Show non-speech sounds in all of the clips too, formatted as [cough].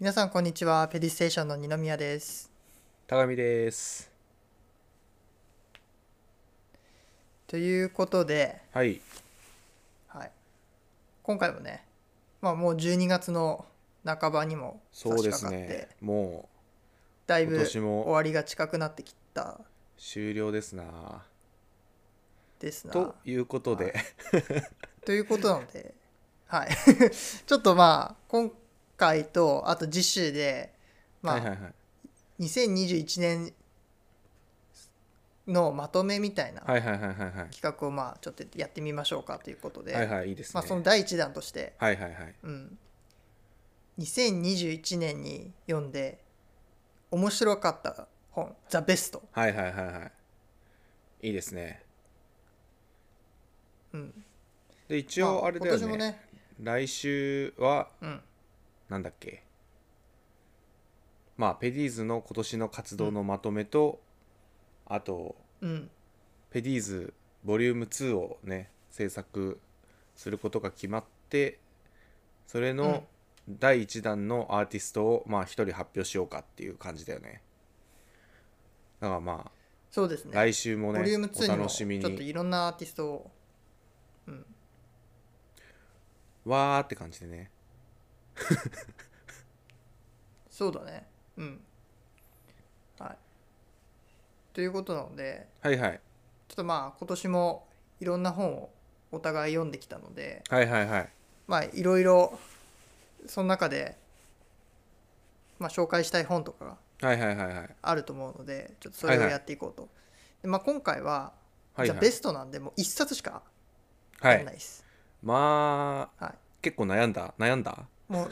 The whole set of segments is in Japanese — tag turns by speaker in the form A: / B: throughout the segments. A: 皆さんこんにちはペディステーションの二宮です
B: 高見です
A: ということで、
B: はい
A: はい、今回もね、まあ、もう12月の半ばにも差
B: そう
A: し
B: です
A: 掛かって
B: ねもう
A: だいぶ
B: 今年
A: 終
B: も
A: わりが近くなってきた
B: 終了ですな
A: ですな
B: ということで、
A: ということなので、はい、 [laughs] ちょっとまあ今回とあと次週で、まあ
B: はいはいはい
A: 2021年のまとめみたいな
B: はいはいはいはいはい
A: 企画をまあちょっとやってみましょうかということで、
B: はいはいいいです
A: ま
B: ね
A: あ、その第一弾として、
B: はいはいはい
A: うん、2021年に読んで面白かった本「ザ・ベスト
B: はいはいはいはいいいですね
A: うん
B: で一」応
A: ま
B: あれだよね,、
A: 今年もね、
B: 来週は
A: うん、
B: なんだっけまあペディーズの今年の活動のまとめと、あと
A: うん、
B: ペディーズボリューム2をね制作することが決まってそれの第1弾のアーティストをまあ1人発表しようかっていう感じだよねだからまあ
A: そうですね
B: 来週も
A: ボ
B: ね
A: リューム2
B: お
A: にも
B: 楽
A: ち
B: し
A: ょ
B: み
A: っと
B: に
A: いろんなアーティストを
B: わーって感じでね
A: そうだねうんはいということなので
B: はいはい
A: ちょっとまあ今年もいろんな本をお互い読んできたので
B: はいはいはい
A: まあいろいろその中で、まあ、紹介したい本とかが
B: はいはいはいはい
A: あると思うのでちょっとそれを
B: はいはい
A: やっていこうと、でまあ、今回は、
B: はい
A: じゃ
B: は
A: あ
B: い
A: ベストなんでもう1冊しか
B: は
A: やんないいです、
B: まあ
A: はい
B: 結構悩んだ悩んだ
A: もう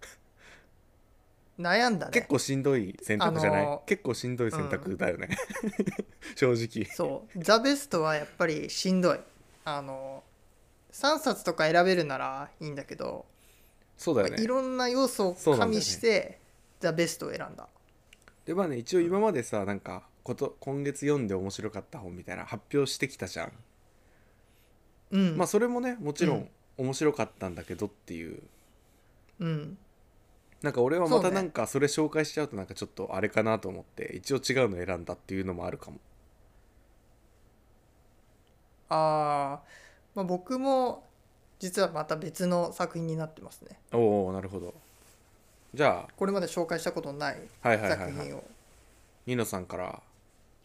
A: [laughs] 悩んだね
B: 結構しんどい選択じゃない、
A: あのー
B: 結構しんどい選択だよね、 [laughs] 正直
A: そう「ザ・ベスト」はやっぱりしんどいあの3冊とか選べるならいいんだけど、
B: そうだよ
A: ま
B: ね
A: あいろんな要素を
B: そうな
A: 加
B: んだよね
A: 味して「ザ・ベスト」を選んだ
B: でまあね一応今までさなんかこと今月読んで面白かった本みたいな発表してきたじゃん、
A: うん、
B: まあそれもねもちろ
A: うん
B: ん面白かったんだけどっていう、
A: うん、
B: なんか俺は
A: そう
B: ま
A: ね
B: たなんかそれ紹介しちゃうとなんかちょっとあれかなと思って一応違うの選んだっていうのもあるかも
A: あー、まあ僕も実はまた別の作品になってますね
B: おおなるほどじゃ
A: これまで紹介したことのない
B: あはいはいはい、は
A: 作
B: い、
A: 品を
B: ニノさんから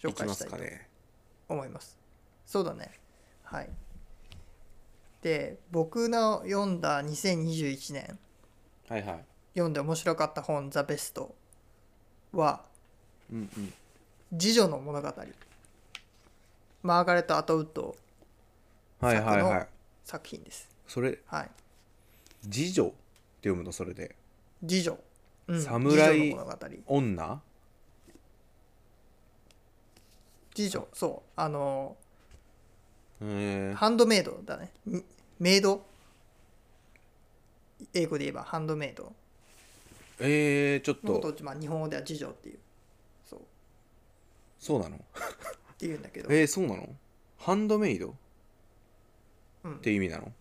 B: い
A: 紹
B: き
A: 介
B: ま
A: し
B: す
A: たいと
B: かね
A: 思いますそうだねはいで僕の読んだ2021年
B: はいはい
A: 読んで面白かった本「ザ・ベスト」は
B: うんうん
A: 「次女の物語」マーガレット・アトウッド
B: はいはいは
A: 作
B: い
A: 作品です
B: それ
A: はい
B: 次女って読むのそれで
A: 次女、うん、
B: 侍
A: 次女の物語
B: 女
A: 次女そうあの
B: えー、
A: ハンドメイドだねんメイド英語で言えばハンドメイド
B: えー、ちょっ
A: のこと
B: と
A: を、まあ、日本語では次女っていうそう
B: そうなの
A: っていうんだけど
B: えー、そうなのハンドメイド、
A: うん
B: って意味なの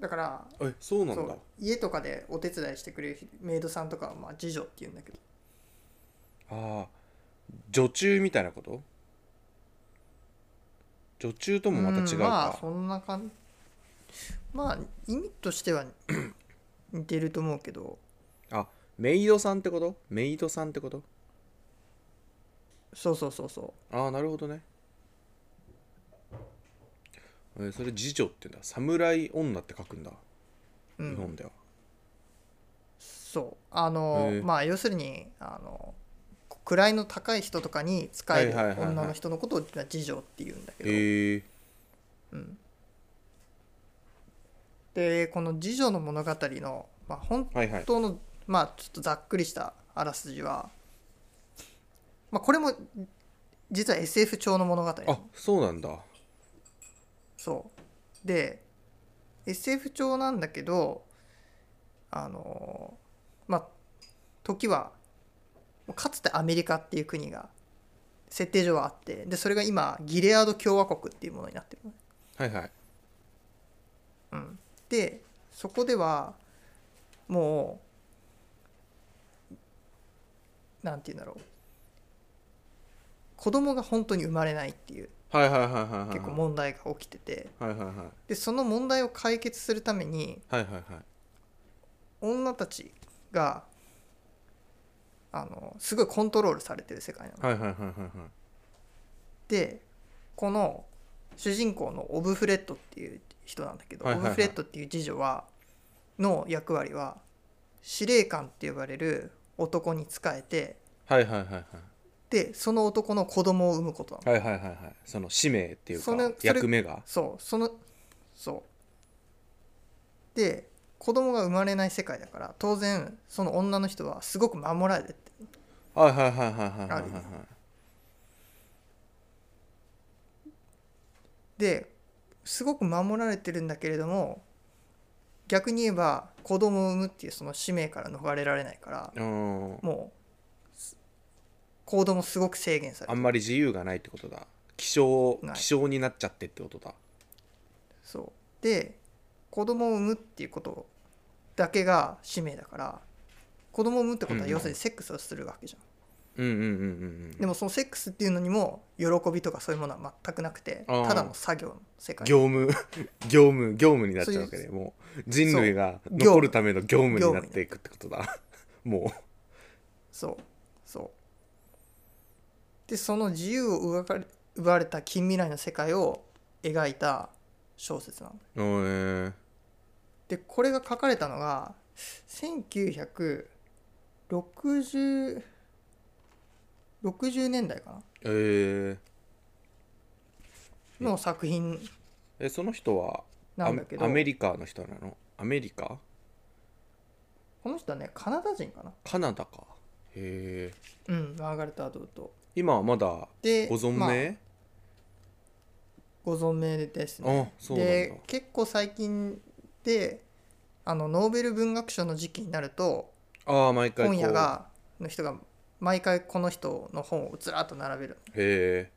A: だから
B: えそうな
A: そ
B: んだ
A: う家とかでお手伝いしてくれるメイドさんとかはまあ次女って言うんだけど
B: ああ女中みたいなこと女中ともまた違うか、
A: んまあそんな感じまあ意味としては似てると思うけど
B: あメイドさんってことメイドさんってこと
A: そうそうそうそ
B: ああなるほどねえーそれ次女って言うんだ侍女って書くんだ、
A: う、うん、
B: 日本では
A: そうあの
B: へえ
A: まあ要するにあの位の高い人とかに使える
B: はいはいはいはい
A: 女の人のことを次女って言うんだけど、
B: へえ
A: でこの「次女の物語の」まあ、本
B: はいはい
A: 当のまあちょっとざっくりしたあらすじは、まあ、これも実は SF 調の物語なの
B: あそうなんだ
A: そうで SF 調なんだけどあのまあ時はかつてアメリカっていう国が設定上はあってでそれが今ギレアド共和国っていうものになってるのね
B: はいはい
A: でそこではもうなんて言うんだろう子供が本当に生まれないっていう
B: はいはいはいはいはい
A: 結構問題が起きてて
B: はいはいはいはい
A: でその問題を解決するために
B: はいはいはい
A: 女たちがあのすごいコントロールされてる世界なの。
B: はいはいはいはい
A: でこの主人公のオブフレットっていう人なんだけど、
B: はいはいはい
A: オブフレットっていう次女はの役割は司令官って呼ばれる男に仕えて
B: はいはいはいはい
A: でその男の子供を産むことなの。
B: はいはいはいはいその使命っていう
A: その
B: か
A: それ
B: 役目が
A: そうそのそうで子供が生まれない世界だから当然その女の人はすごく守られてて
B: はいはいはいはいはいはいはい
A: ですごく守られてるんだけれども逆に言えば子供を産むっていうその使命から逃れられないから
B: うん
A: もうす行動もすごく制限され
B: あ
A: て
B: んまり自由がないってことだ希少
A: ない
B: 希少になっちゃってってことだ
A: そうで子供を産むっていうことだけが使命だから子供を産むってことは要するにセックスをするわけじゃん。
B: うんうんうんうんうん
A: でもそのセックスっていうのにも喜びとかそういうものは全くなくて
B: あー
A: ただの作業の世界
B: 業務 [laughs] 業務業務になっちゃうわけで
A: そ
B: もう人類が
A: そう
B: 残るための業務になっていくってことだも
A: そうそうでその自由を奪われ奪われた近未来の世界を描いた小説なの
B: うおー
A: でこれが書かれたのが1960 60年代か
B: えー、
A: なの作品
B: えその人は
A: な
B: ア
A: んだ
B: メ
A: けど
B: アメリカの人なのアメリカ
A: この人はねカナダ人かな
B: カナダかへえ
A: うんマーガレット・アドウッド
B: 今はまだ
A: で
B: ご存
A: まあ
B: 命、
A: ご存命ですね
B: あそうなんだ
A: で結構最近であのノーベル文学賞の時期になると
B: ああ毎回こう
A: 本屋がの人が毎回この人の本をずらっと並べる
B: へ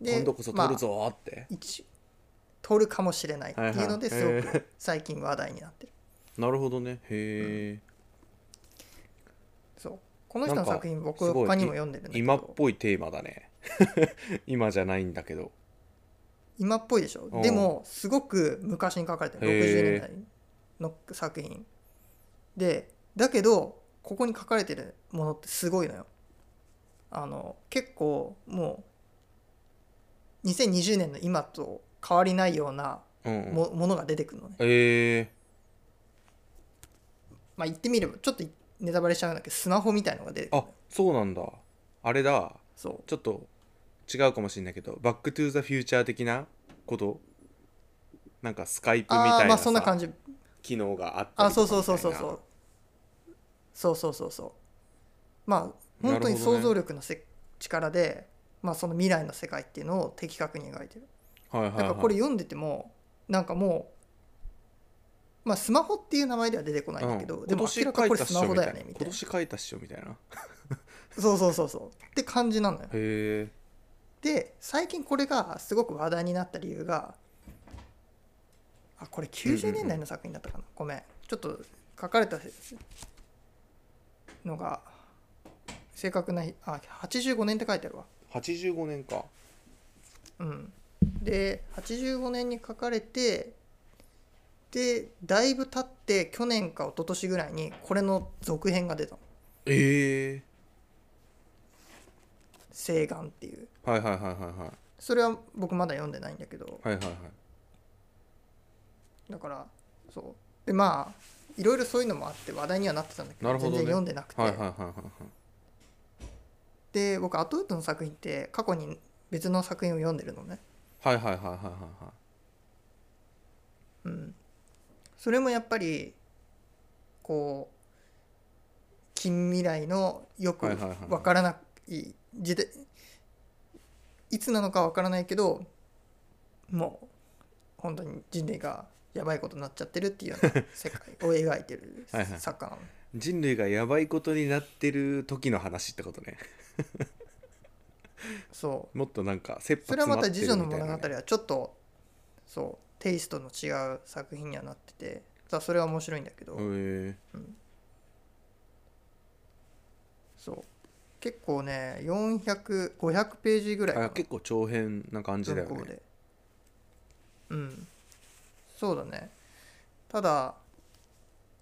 B: え
A: で
B: 今度こそ取るぞーって
A: まあ、、一取るかもしれないっていうので
B: はいはい
A: すごく最近話題になってる、
B: なるほどねへえ、
A: そうこの人の
B: なんか
A: 作品僕
B: すごい
A: 他にも読んでるんだけど
B: 今っぽいテーマだね [laughs] 今じゃないんだけど
A: 今っぽいでしょ
B: うん
A: でもすごく昔に書かれてる
B: へー
A: 60年代の作品でだけどここに書かれてるものってすごいのよあの結構もう2020年の今と変わりないような
B: うんうん
A: も,、ものが出てくるのね
B: へえ
A: まあ言ってみればちょっとネタバレしちゃうんだけどスマホみたいのが出てくる
B: あ
A: のよ
B: そうなんだあれだ
A: そう
B: ちょっと違うかもしれないけどバック・トゥ・ザ・フューチャー的なことなんかスカイプみ
A: あ
B: た
A: あ
B: い
A: ま
B: な
A: あそんな感じ
B: 機能があった
A: あ
B: りと
A: そ
B: か
A: うそうそうそう
B: みた
A: そ
B: いう
A: そうそうそうそうまあ本当に
B: なるほどね
A: 想像力のせ、力で、まあ、その未来の世界っていうのを的確に描いてる
B: なはいは
A: だ
B: い、はい、
A: からこれ読んでてもなんかもう、まあ、スマホっていう名前では出てこないんだけど、
B: うん
A: でも明らかにこれスマホだよねみた
B: 今
A: いな
B: 年書いたっしょみたいなへ
A: そうそうそうそうって感じなのよ
B: え
A: で最近これがすごく話題になった理由があこれ90年代の作品だったかな、ごめんちょっと書かれたのが正確なあ85年って書いてあるわ
B: 85年か
A: うんで85年に書かれてでだいぶ経って去年か一昨年ぐらいにこれの続編が出たの
B: ええ
A: 「誓願」っていう
B: はいはいはいはいはい
A: それは僕まだ読んでないんだけど
B: はいはいはい
A: だからそうでまあいろいろそういうのもあって話題にはなってたんだけど
B: なるほどね
A: 全然読んでなくて、
B: はいはいはいはいはい
A: で僕アトウッドの作品って過去に別の作品を読んでるのね、
B: はいはいはいはいはいは
A: うん、それもやっぱりこう近未来のよく
B: はいはいはい
A: わからない時代いつなのかわからないけどもう本当に人類がやばいことになっちゃってるっていうような世界を描いてる
B: [laughs] はいはい
A: 作家なの。
B: い人類がやばいことになってる時の話ってことね
A: そう
B: もっとなんか切羽
A: それはま
B: 詰まって
A: た
B: る
A: 次
B: みた
A: 女
B: いな
A: の
B: ね、
A: 物語はちょっとそうテイストの違う作品にはなっててさそれは面白いんだけど、
B: へえ
A: そう結構ね400500ページぐらいかな
B: あ結構長編な感じだよ
A: 文庫
B: ね
A: でうんそうだねただ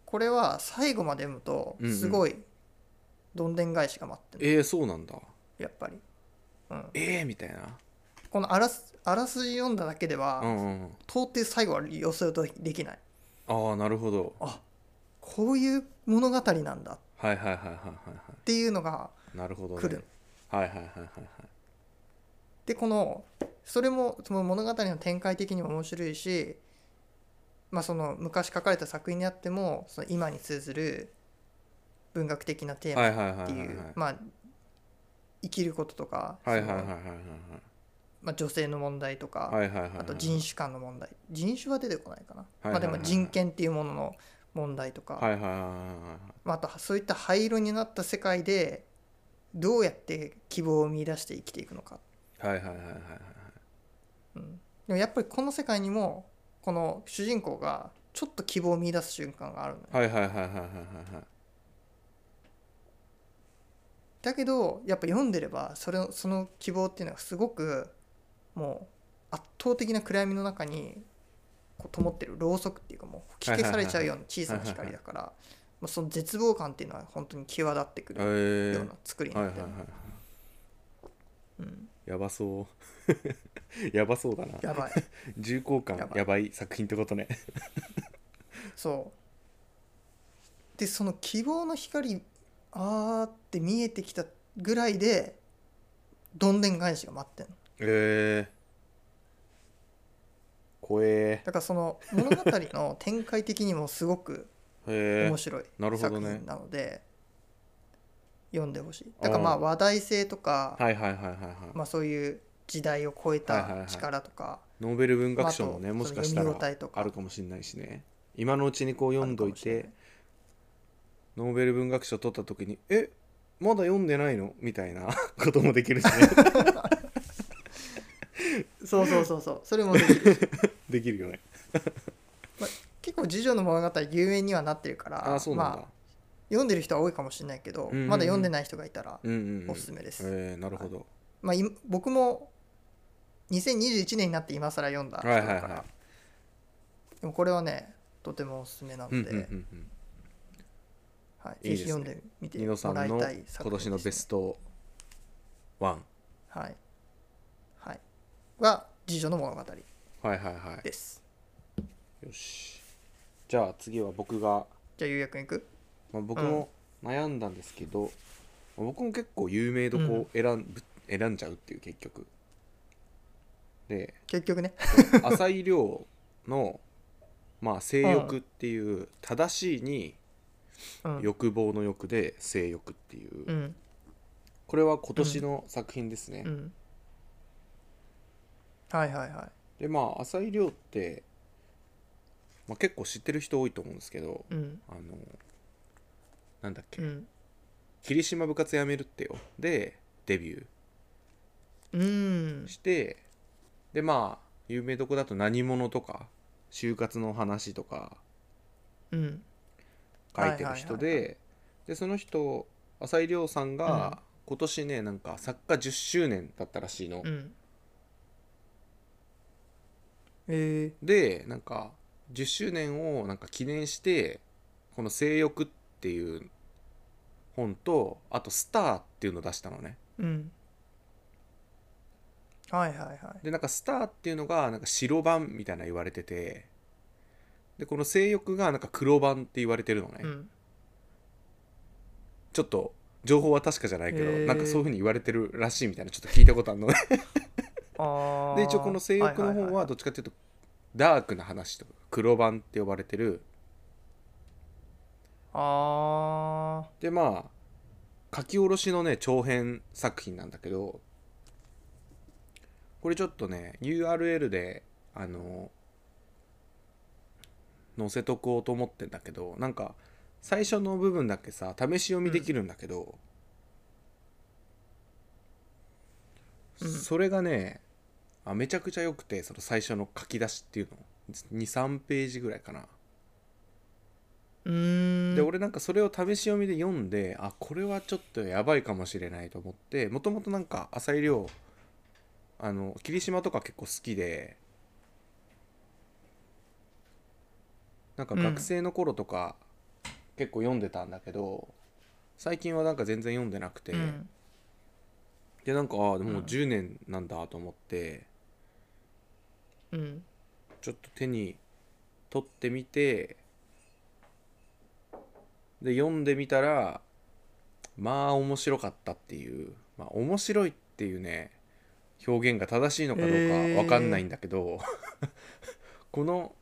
A: これは最後まで読むと
B: うんうん
A: すごいどんでん返しが待ってる、
B: えー、そうなんだ
A: やっぱり、うん、
B: えー、みたいな
A: このあらすあらすじ読んだだけでは、
B: うんうんうん
A: 到底最後は予想できない
B: ああなるほど
A: あこういう物語なんだっ
B: はいはいはいはいはいは
A: ていうのが
B: いなるほどね
A: 来る
B: はいはいはいはいはい
A: でこのそれもその物語の展開的にも面白いし、まあ、その昔書かれた作品であってもその今に通ずる文学的なテー
B: は
A: マ
B: いはいはいは
A: っ
B: い
A: て
B: はい
A: いうまあ生きることとか、
B: はいはいはいはい
A: そのまあ、女性の問題とか、
B: はいはいはいはい
A: あと人種間の問題人種は出てこないかな、
B: いはい
A: ま
B: は
A: あ、
B: い
A: でも人権っていうものの問題とか、
B: はいはいはいはいはいはい
A: まあ、あとそういった灰色になった世界でどうやって希望を見出して生きていくのか
B: はいはいはいはいはい
A: うん、でもやっぱりこの世界にもこの主人公がちょっと希望を見出す瞬間があるのよ
B: はいはいはいはいはいはいはい
A: だけどやっぱ読んでればそれをその希望っていうのがすごくもう圧倒的な暗闇の中にこう灯ってるろうそくっていうかもう吹き消されちゃうような小さな光だからまあその絶望感っていうのは本当に際立ってくるよ
B: え
A: うな作り
B: ー
A: に
B: はい
A: な
B: は
A: っ
B: い
A: てる
B: はい
A: のうん
B: やばそう [laughs] やばそうだな
A: やばい
B: 重厚感
A: や
B: や
A: ば
B: ば
A: い
B: い作品ってことね
A: そうでその希望の光あーって見えてきたぐらいでどんでん返しが待ってんの
B: ええ怖え
A: だからその物語の展開的にもすごく
B: へえ
A: 面白い
B: なるほ
A: 作
B: どね
A: 品なので、読んでほしいだからまあ話題性とか、
B: はいはいはいはいはい、
A: まあ、そういう時代を超え
B: はいはいは
A: た
B: い
A: 力とか、
B: ノーベル文学賞も
A: まああ
B: ね
A: と
B: もしかした
A: その
B: ら
A: 読み応えとか
B: あるかもしれないしね今のうちにこう読んどい
A: ある
B: て
A: かもし
B: ノーベル文学賞取った時にえまだ読んでないのみたいな [laughs] こともできるし
A: [laughs]
B: ね
A: そうそうそうそうそれもでき
B: [laughs]
A: る
B: できるよね
A: 結構「次女の物語」有名にはなってるから
B: ああそうなんだ、
A: まあ、読んでる人は多いかもしれないけど、
B: うんうんうん
A: まだ読んでない人がいたら
B: うんうんうん
A: おすすめです、
B: えーなるほど、
A: まあ、今僕も2021年になって今更読んだ人だから、
B: はいはいは
A: でもこれはねとてもおすすめなの
B: う
A: で、
B: んうんうんうん
A: はい、
B: いい
A: ぜ
B: です
A: ひ
B: ね
A: 読んでみて
B: ニノさ
A: も
B: ん
A: らい
B: の
A: たい
B: 今年のベス
A: ト、
B: トワン
A: はいはい、が「次女の物語
B: はいはいは」
A: です
B: いよしじゃあ次は僕が
A: じゃあゆうやくんいく
B: まあ、僕も悩んだんですけど、まあ僕も結構有名どこを選ん,ぶ、選んじゃうっていう結局で
A: 結局
B: [laughs]
A: ね
B: 浅井亮の、まあ、性欲っていう正しいに
A: うん
B: 欲望の欲で性欲っていう、
A: うん
B: これは今年の作品ですね、
A: うんはいはいは
B: でまあ浅井亮って、まあ、結構知ってる人多いと思うんですけど
A: いうん
B: あのなんだっけ、
A: うん
B: 霧島部活やめるってよでデビュー
A: うん
B: してでまあ有名どこだと何者とか就活の話とか
A: うん
B: 書いてる人で、
A: はいはい
B: でその人浅井亮さん
A: うん
B: が今年ねなんか作家10周年だったらしいの、
A: うんえー、
B: でなんか10周年をなんか記念してこの「性欲」っていう本とあと「スター」っていうのを出したのね
A: うんはいはいはい
B: でなんかスターっていうのがなんか白版みたいな言われててでこの性欲がなんか黒版って言われてるのね、
A: うん
B: ちょっと情報は確かじゃないけど
A: へー
B: なんかそういうふうに言われてるらしいみたいなちょっと聞いたことあるのね
A: あー
B: で一応この性欲の方はどっちかっていうとダークな話とか黒版って呼ばれてる
A: あ
B: でまあ書き下ろしのね長編作品なんだけどこれちょっとね URL であの載せとこうと思ってんだけどなんか最初の部分だけさ試し読みできるんだけど、
A: うん
B: それがねあめちゃくちゃ良くてその最初の書き出しっていうの23ページぐらいかな
A: ーうーんん
B: で俺なんかそれを試し読みで読んであこれはちょっとやばいかもしれないと思ってもともとなんか浅井亮あの霧島とか結構好きでなんか学生の頃とか結構読んでたんだけど、最近はなんか全然読んでなくて、
A: うん
B: でなんかああでも
A: う
B: うん10年なんだと思って、
A: うん
B: ちょっと手に取ってみてで読んでみたらまあ面白かったっていう、まあ、面白いっていうね表現が正しいのかどうか
A: えー
B: わかんないんだけど、 [laughs] この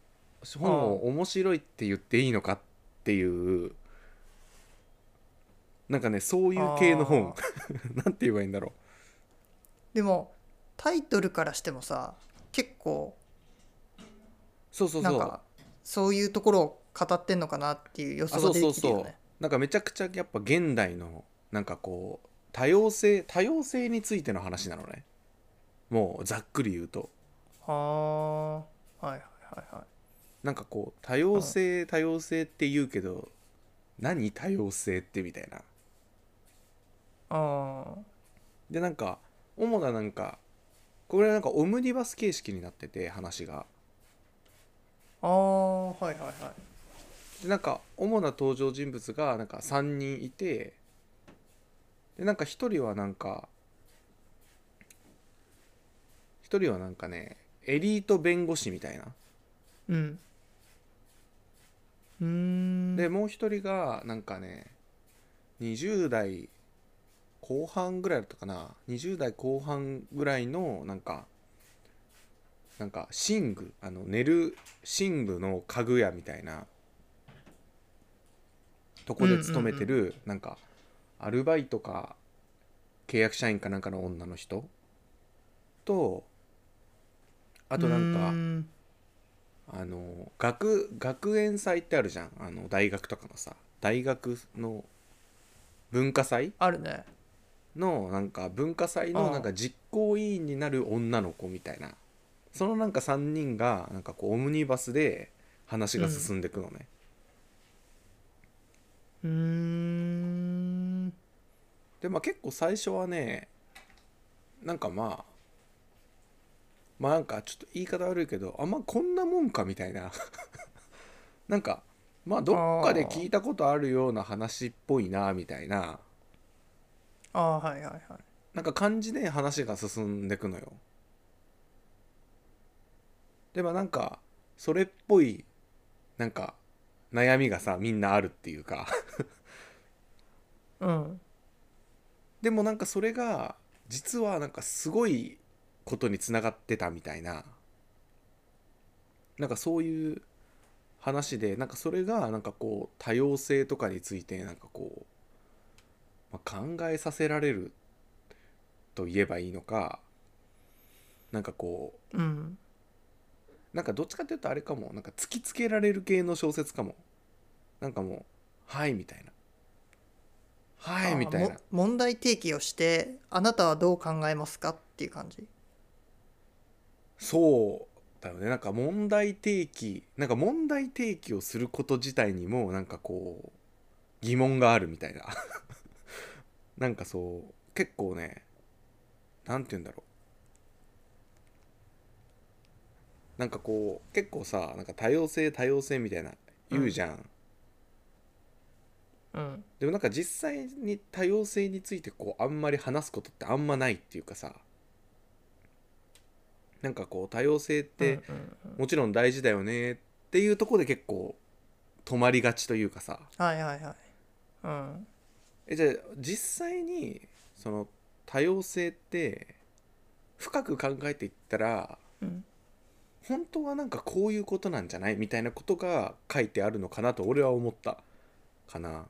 B: 本を面白いって言っていいのかっていうなんかねそういう系の本 [laughs] なんて言えばいいんだろ
A: でもタイトルからしてもさ結構
B: うそうそう
A: な
B: そ
A: ん
B: う
A: かそういうところを語ってんのかなっていう予
B: あ
A: 想
B: そ
A: が
B: う
A: で
B: そう
A: きる
B: そ
A: よ
B: う
A: ね。
B: なんかめちゃくちゃやっぱ現代のなんかこう多様性多様性についての話なのねもうざっくり言うと
A: ああはいはいはいはい。
B: なんかこう多様性多様性って言うけど何多様性ってみたいな
A: あ
B: でなんか主ななんかこれはなんかオムニバス形式になってて話が
A: あああはいはいはい。
B: でなんか主な登場人物がなんか3人いてでなんか1人はなんか1人はなんかねエリート弁護士みたいな
A: うん。うーん。
B: でもう1人がなんかね20代後半ぐらいだったかな20代後半ぐらいのなんかなんか寝具あの寝る寝具の家具屋みたいなとこで勤めてるなんかアルバイトか契約社員かなんかの女の人とあとなんか
A: うーん
B: あの学学園祭ってあるじゃんあの大学とかのさ大学の文化祭
A: あるね。
B: のなんか文化祭
A: あ
B: の
A: あ
B: なんか実行委員になる女の子みたいなそのなんか3人がなんかこうオムニバスで話が進んでいくのね、
A: うーん。
B: でまあ結構最初はねなんかまあまあなんかちょっと言い方悪いけどあまあこんなもんかみたいな [laughs] なんかまあどっかで聞いたことあるような話っぽいなみたいな
A: ああはいはいはい。
B: なんか感じで話が進んでくのよでもなんかそれっぽいなんか悩みがさみんなあるっていうか
A: うん。
B: でもなんかそれが実はなんかすごいことにつながってたみたいななんかそういう話でなんかそれがなんかこう多様性とかについてなんかこう、まあ、考えさせられると言えばいいのかなんかこ
A: うん。
B: うなんかどっちかっていうとあれかもなんか突きつけられる系の小説かもなんかもう「はい」みたいな「はい」みたい
A: あ
B: な
A: も問題提起をしてあなたはどう考えますかっていう感じ。
B: そうだよねなんか問題提起なんか問題提起をすること自体にもなんかこう疑問があるみたいな [laughs] なんかそう結構ねなんて言うんだろうなんかこう結構さなんか多様性多様性みたいな言うじゃん、
A: うん。
B: でもなんか実際に多様性についてこうあんまり話すことってあんまないっていうかさなんかこう多様性って、
A: うんうんうん
B: もちろん大事だよねっていうところで結構止まりがちというかさ
A: はいはいはい。うん。
B: えじゃあ実際にその多様性って深く考えていったら
A: うん。
B: 本当はなんかこういうことなんじゃないみたいなことが書いてあるのかなと俺は思ったかな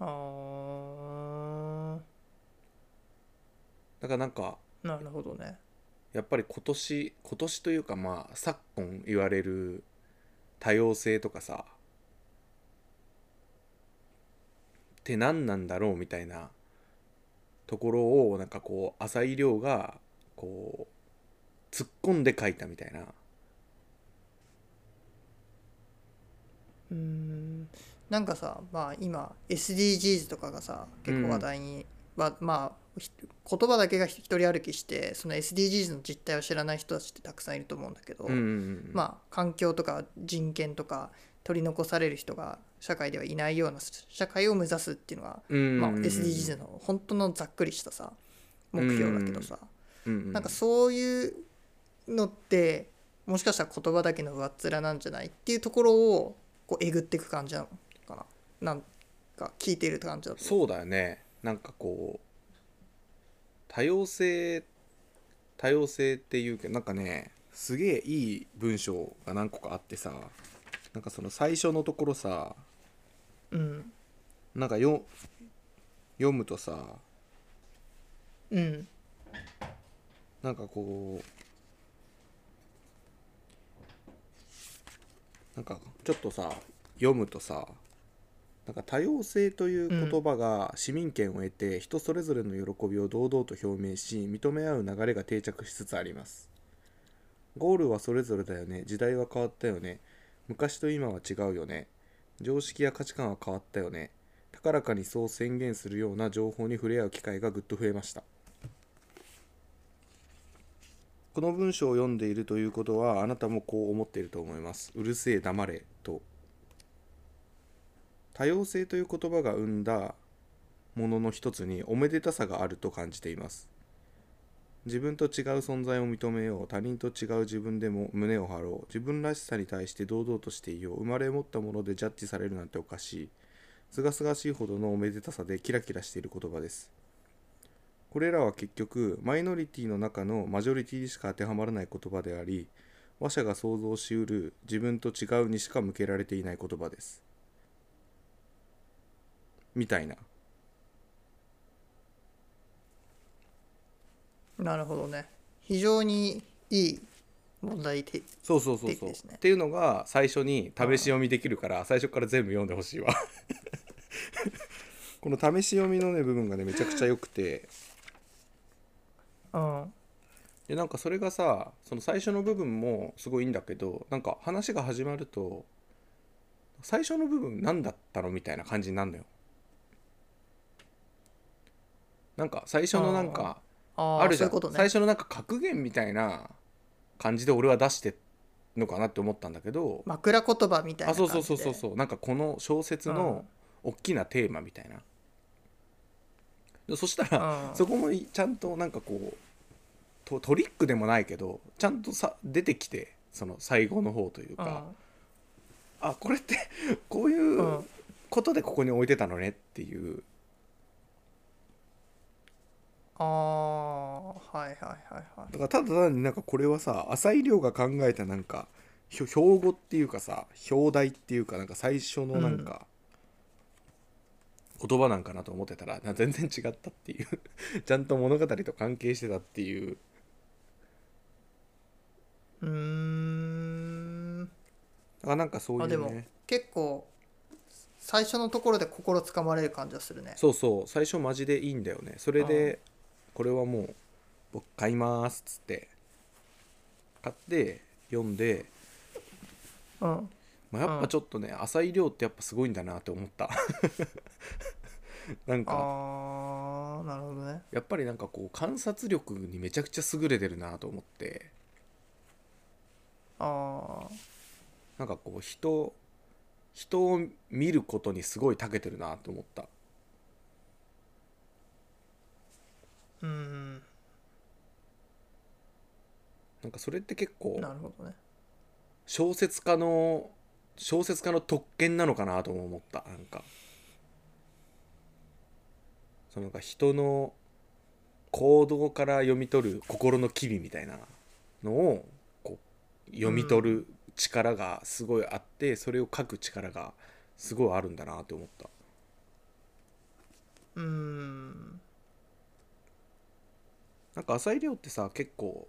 A: ああ。
B: だからなんか
A: なるほどね。
B: やっぱり今年今年というかまあ昨今言われる多様性とかさって何なんだろうみたいなところをなんかこう浅井亮がこう突っ込んで書いたみたいな
A: なんかさ、まあ、今 SDGs とかがさ結構話題に、ままあひ言葉だけが一人歩きしてその SDGs の実態を知らない人たちってたくさんいると思うんだけど、
B: うんうんうん
A: まあ、環境とか人権とか取り残される人が社会ではいないような社会を目指すっていうのは、
B: うんうんうん
A: まあ、SDGs の本当のざっくりしたさ目標だけどさ、
B: うんうん
A: なんかそういうのってもしかしたら言葉だけの上っ面なんじゃないっていうところをこうえぐっていく感じなのかななんか聞いている感じだと
B: そうだよねなんかこう多様性多様性っていうけどなんかねすげえいい文章が何個かあってさなんかその最初のところさ
A: うん
B: なんかよ読むとさ
A: うん
B: なんかこうなんかちょっとさ読むとさなんか多様性という言葉が市民権を得て人それぞれの喜びを堂々と表明し認め合う流れが定着しつつありますゴールはそれぞれだよね時代は変わったよね昔と今は違うよね常識や価値観は変わったよね高らかにそう宣言するような情報に触れ合う機会がぐっと増えましたこの文章を読んでいるということはあなたもこう思っていると思います。うるせえ黙れと。多様性という言葉が生んだものの一つにおめでたさがあると感じています。自分と違う存在を認めよう。他人と違う自分でも胸を張ろう。自分らしさに対して堂々としていよう。生まれ持ったものでジャッジされるなんておかしい。すがすがしいほどのおめでたさでキラキラしている言葉です。これらは結局マイノリティの中のマジョリティにしか当てはまらない言葉であり話者が想像しうる自分と違うにしか向けられていない言葉ですみたいな
A: なるほどね非常にいい問題で
B: そうそうそうそう、
A: でですね
B: っていうのが最初に試し読みできるから最初から全部読んでほしいわ [laughs] この試し読みのね部分がねめちゃくちゃ良くて
A: うん
B: でなんかそれがさその最初の部分もすごいいいんだけどなんか話が始まると最初の部分何だったのみたいな感じになるのよ。なんか最初のなんか
A: あ
B: あ
A: ー
B: るじゃん
A: そういうことね
B: 最初のなんか格言みたいな感じで俺は出してんのかなって思ったんだけど、
A: 枕言葉みたい
B: あ
A: な
B: そ
A: 感
B: う
A: じ
B: そ
A: で
B: うそうそうそうなんかこの小説の大きなテーマみたいな、でそしたら、
A: うん
B: そこもいちゃんとなんかこうとトリックでもないけどちゃんとさ出てきてその最後の方という
A: うん
B: か、あこれってこういう
A: う
B: うんことでここに置いてたのねっていう
A: ああはいはいはいはい
B: だからただ単になんかこれはさ浅井亮が考えたなんかひょ標語っていうかさ表題っていうかなんか最初のなんか、言葉なんかなと思ってたらな全然違ったっていう [laughs] ちゃんと物語と関係してたっていう
A: うーん
B: だからなんかそうい
A: あで
B: う
A: も
B: ね
A: 結構最初のところで心つかまれる感じがするね
B: そうそう最初マジでいいんだよねそれでこれはもう僕買いますっつって買って読んで、
A: うん
B: まあ、やっ
A: う
B: ぱ
A: ん
B: ちょっとね、浅井亮ってやっぱすごいんだなって思った [laughs] なんか
A: あーなるほどね
B: やっぱりなんかこう観察力にめちゃくちゃ優れてるなと思って
A: あ
B: なんかこう人人を見ることにすごい長けてるなと思った
A: ーうん
B: なんかそれって結構
A: なるほどね
B: 小説家の小説家の特権なのかなとも思ったなんかそのなんか人の行動から読み取る心の機微みたいなのをこう読み取る力がすごいあって、それを書く力がすごいあるんだなと思った
A: うーん
B: なんか浅井亮ってさ結構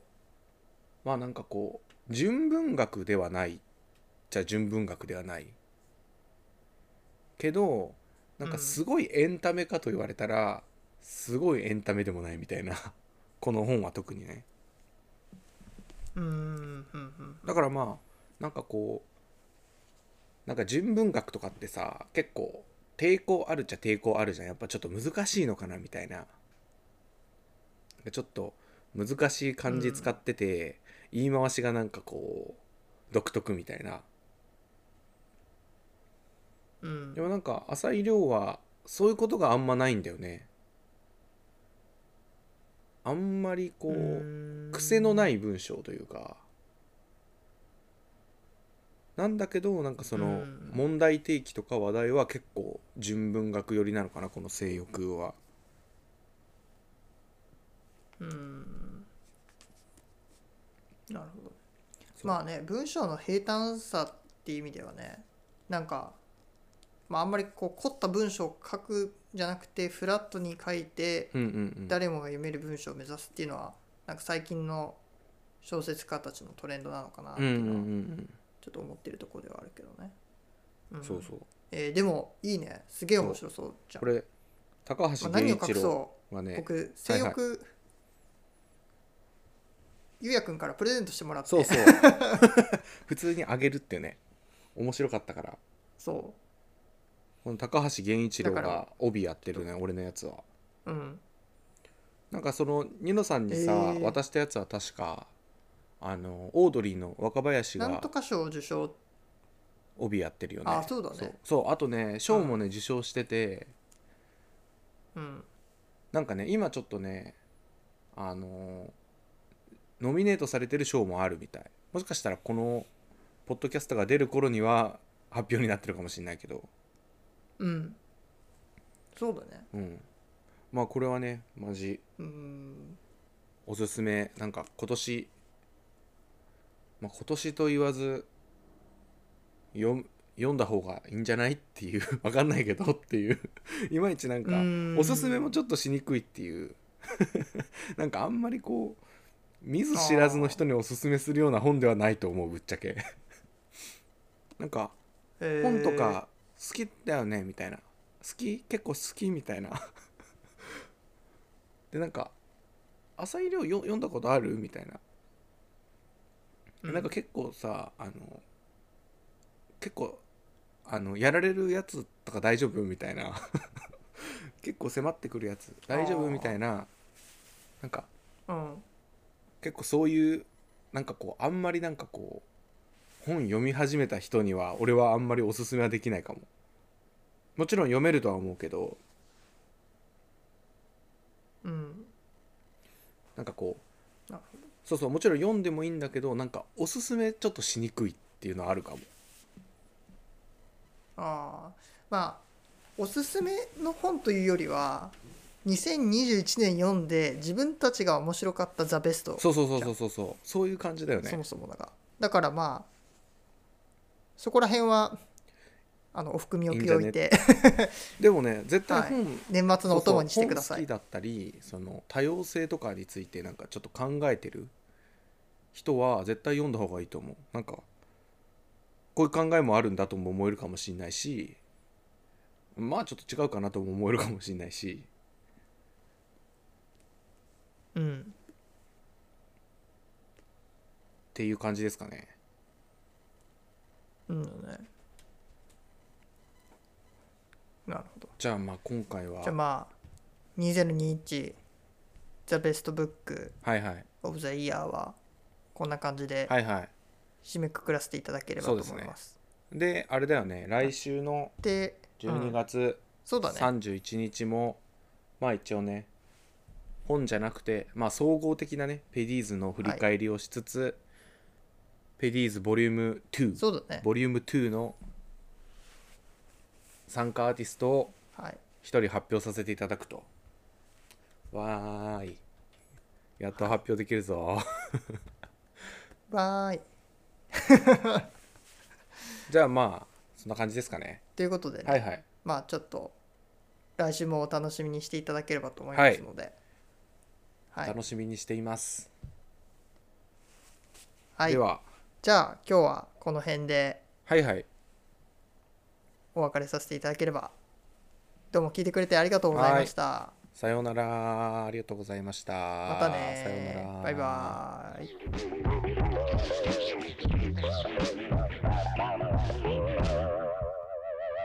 B: まあなんかこう純文学ではないじゃあ純文学ではないけどなんかすごいエンタメかと言われたら、すごいエンタメでもないみたいなこの本は特にね
A: うーんうんうん
B: だからまあなんかこうなんか純文学とかってさ結構抵抗あるっちゃ抵抗あるじゃんやっぱちょっと難しいのかなみたいなちょっと難しい漢字使ってて、言い回しがなんかこう独特みたいな
A: うん
B: でもなんか浅井亮はそういうことがあんまないんだよねあんまりこう、癖のないい文章というかなんだけどなんかその
A: うん
B: 問題提起とか話題は結構純文学寄りなのかなこの性欲は
A: うんなるほど
B: そう
A: まあね文章の平坦さっていう意味ではねなんか、まあ、あんまりこう凝った文章を書くじゃなくてフラットに書いて
B: うんうんうん
A: 誰もが読める文章を目指すっていうのはなんか最近の小説家たちのトレンドなのかなって
B: うんう
A: いう
B: んう
A: のは
B: ん
A: ちょっと思ってるところではあるけどね、う
B: うん
A: ん
B: そうそう
A: えーでもいいねすげえ面白そうじゃん
B: これ高橋
A: まあ
B: 源
A: 何を
B: 一
A: 隠
B: 郎
A: そ
B: は
A: う
B: ね
A: 僕性欲、ゆうやくんからプレゼントしてもらって
B: そう [laughs] そう普通にあげるってね面白かったから
A: そう
B: この高橋源一郎
A: だか
B: が
A: ら
B: 帯やってるね俺のやつは
A: うん
B: なんかそのニノさんにさ、
A: えー
B: 渡したやつは確かあのオードリーの若林
A: なん
B: が
A: とか賞受賞
B: 帯やってるよね
A: あそうだね
B: そうそうあとね賞もね受賞してて
A: うん
B: なんかね今ちょっとねあのノミネートされてる賞もあるみたいもしかしたらこのポッドキャストが出る頃には発表になってるかもしれないけど
A: うんそうだね
B: うんまあこれはねマジ
A: うん
B: おすすめなんか今年、まあ、今年と言わず読む読んだ方がいいんじゃないっていう [laughs] わかんないけどっていういまいちなんか
A: うん
B: おすすめもちょっとしにくいっていう [laughs] なんかあんまりこう見ず知らずの人におすすめするような本ではないと思うぶっちゃけ [laughs] なんか
A: えー
B: 本とか好きだよねみたいな好き結構好きみたいな [laughs] でなんか「浅井亮よ読んだことある?」みたいな、
A: うん
B: なんか結構さあの結構あのやられるやつとか大丈夫みたいな [laughs] 結構迫ってくるやつ大丈夫
A: あー
B: みたいななんか
A: うん
B: 結構そういうなんかこうあんまりなんかこう本読み始めた人には俺はあんまりおすすめはできないかももちろん読めるとは思うけど
A: うん
B: なんかこう
A: なるほど
B: そうそうもちろん読んでもいいんだけどなんかおすすめちょっとしにくいっていうのはあるかも
A: ああまあおすすめの本というよりは2021年読んで自分たちが面白かったザ・ベスト
B: そうそうそうそうそうそうそういう感じだよ
A: そ
B: ね
A: もそもだがだからまあそこら辺はあのお含みを気を置いて
B: でもね絶対
A: はい
B: 本、
A: 年末のお供にし
B: そ
A: て
B: うそ
A: く
B: う
A: ださ
B: 本好
A: い
B: きだったりその多様性とかについてなんかちょっと考えてる人は絶対読んだ方がいいと思うなんかこういう考えもあるんだとも思えるかもしれないしまあちょっと違うかなとも思えるかもしれないし
A: うん
B: っていう感じですかね
A: うんねなるほど
B: じゃあまあ今回は
A: じゃあまあ2021ザ・ベストブック
B: はいはい
A: オブザイヤーはこんな感じで
B: はいはい
A: 締めくくらせていただければと
B: そう
A: 思
B: ですね
A: います。
B: であれだよね来週の
A: で
B: 12
A: うん
B: 月
A: そうだね。
B: 31日も、まあ一応ね本じゃなくて、まあ、総合的なねペディーズの振り返りをしつつ、ペディーズボリューム2
A: そうだね。
B: ボリューム2の参加アーティストを
A: はい。
B: 1人発表させていただくとわーいやっと発表できるぞ、
A: [laughs] バーイ。
B: じゃあまあそんな感じですかね
A: ということでね、
B: はいはい
A: まあちょっと来週もお楽しみにしていただければと思いますので。はい。
B: 楽しみにしています、
A: はい
B: では
A: じゃあ今日はこの辺で
B: はいはい
A: お別れさせていただければ。どうも聞いてくれてありがとうございました。
B: さようならありがとうございました
A: ま
B: ま
A: た
B: さよう
A: ね
B: なら
A: バイバーイ。
C: 「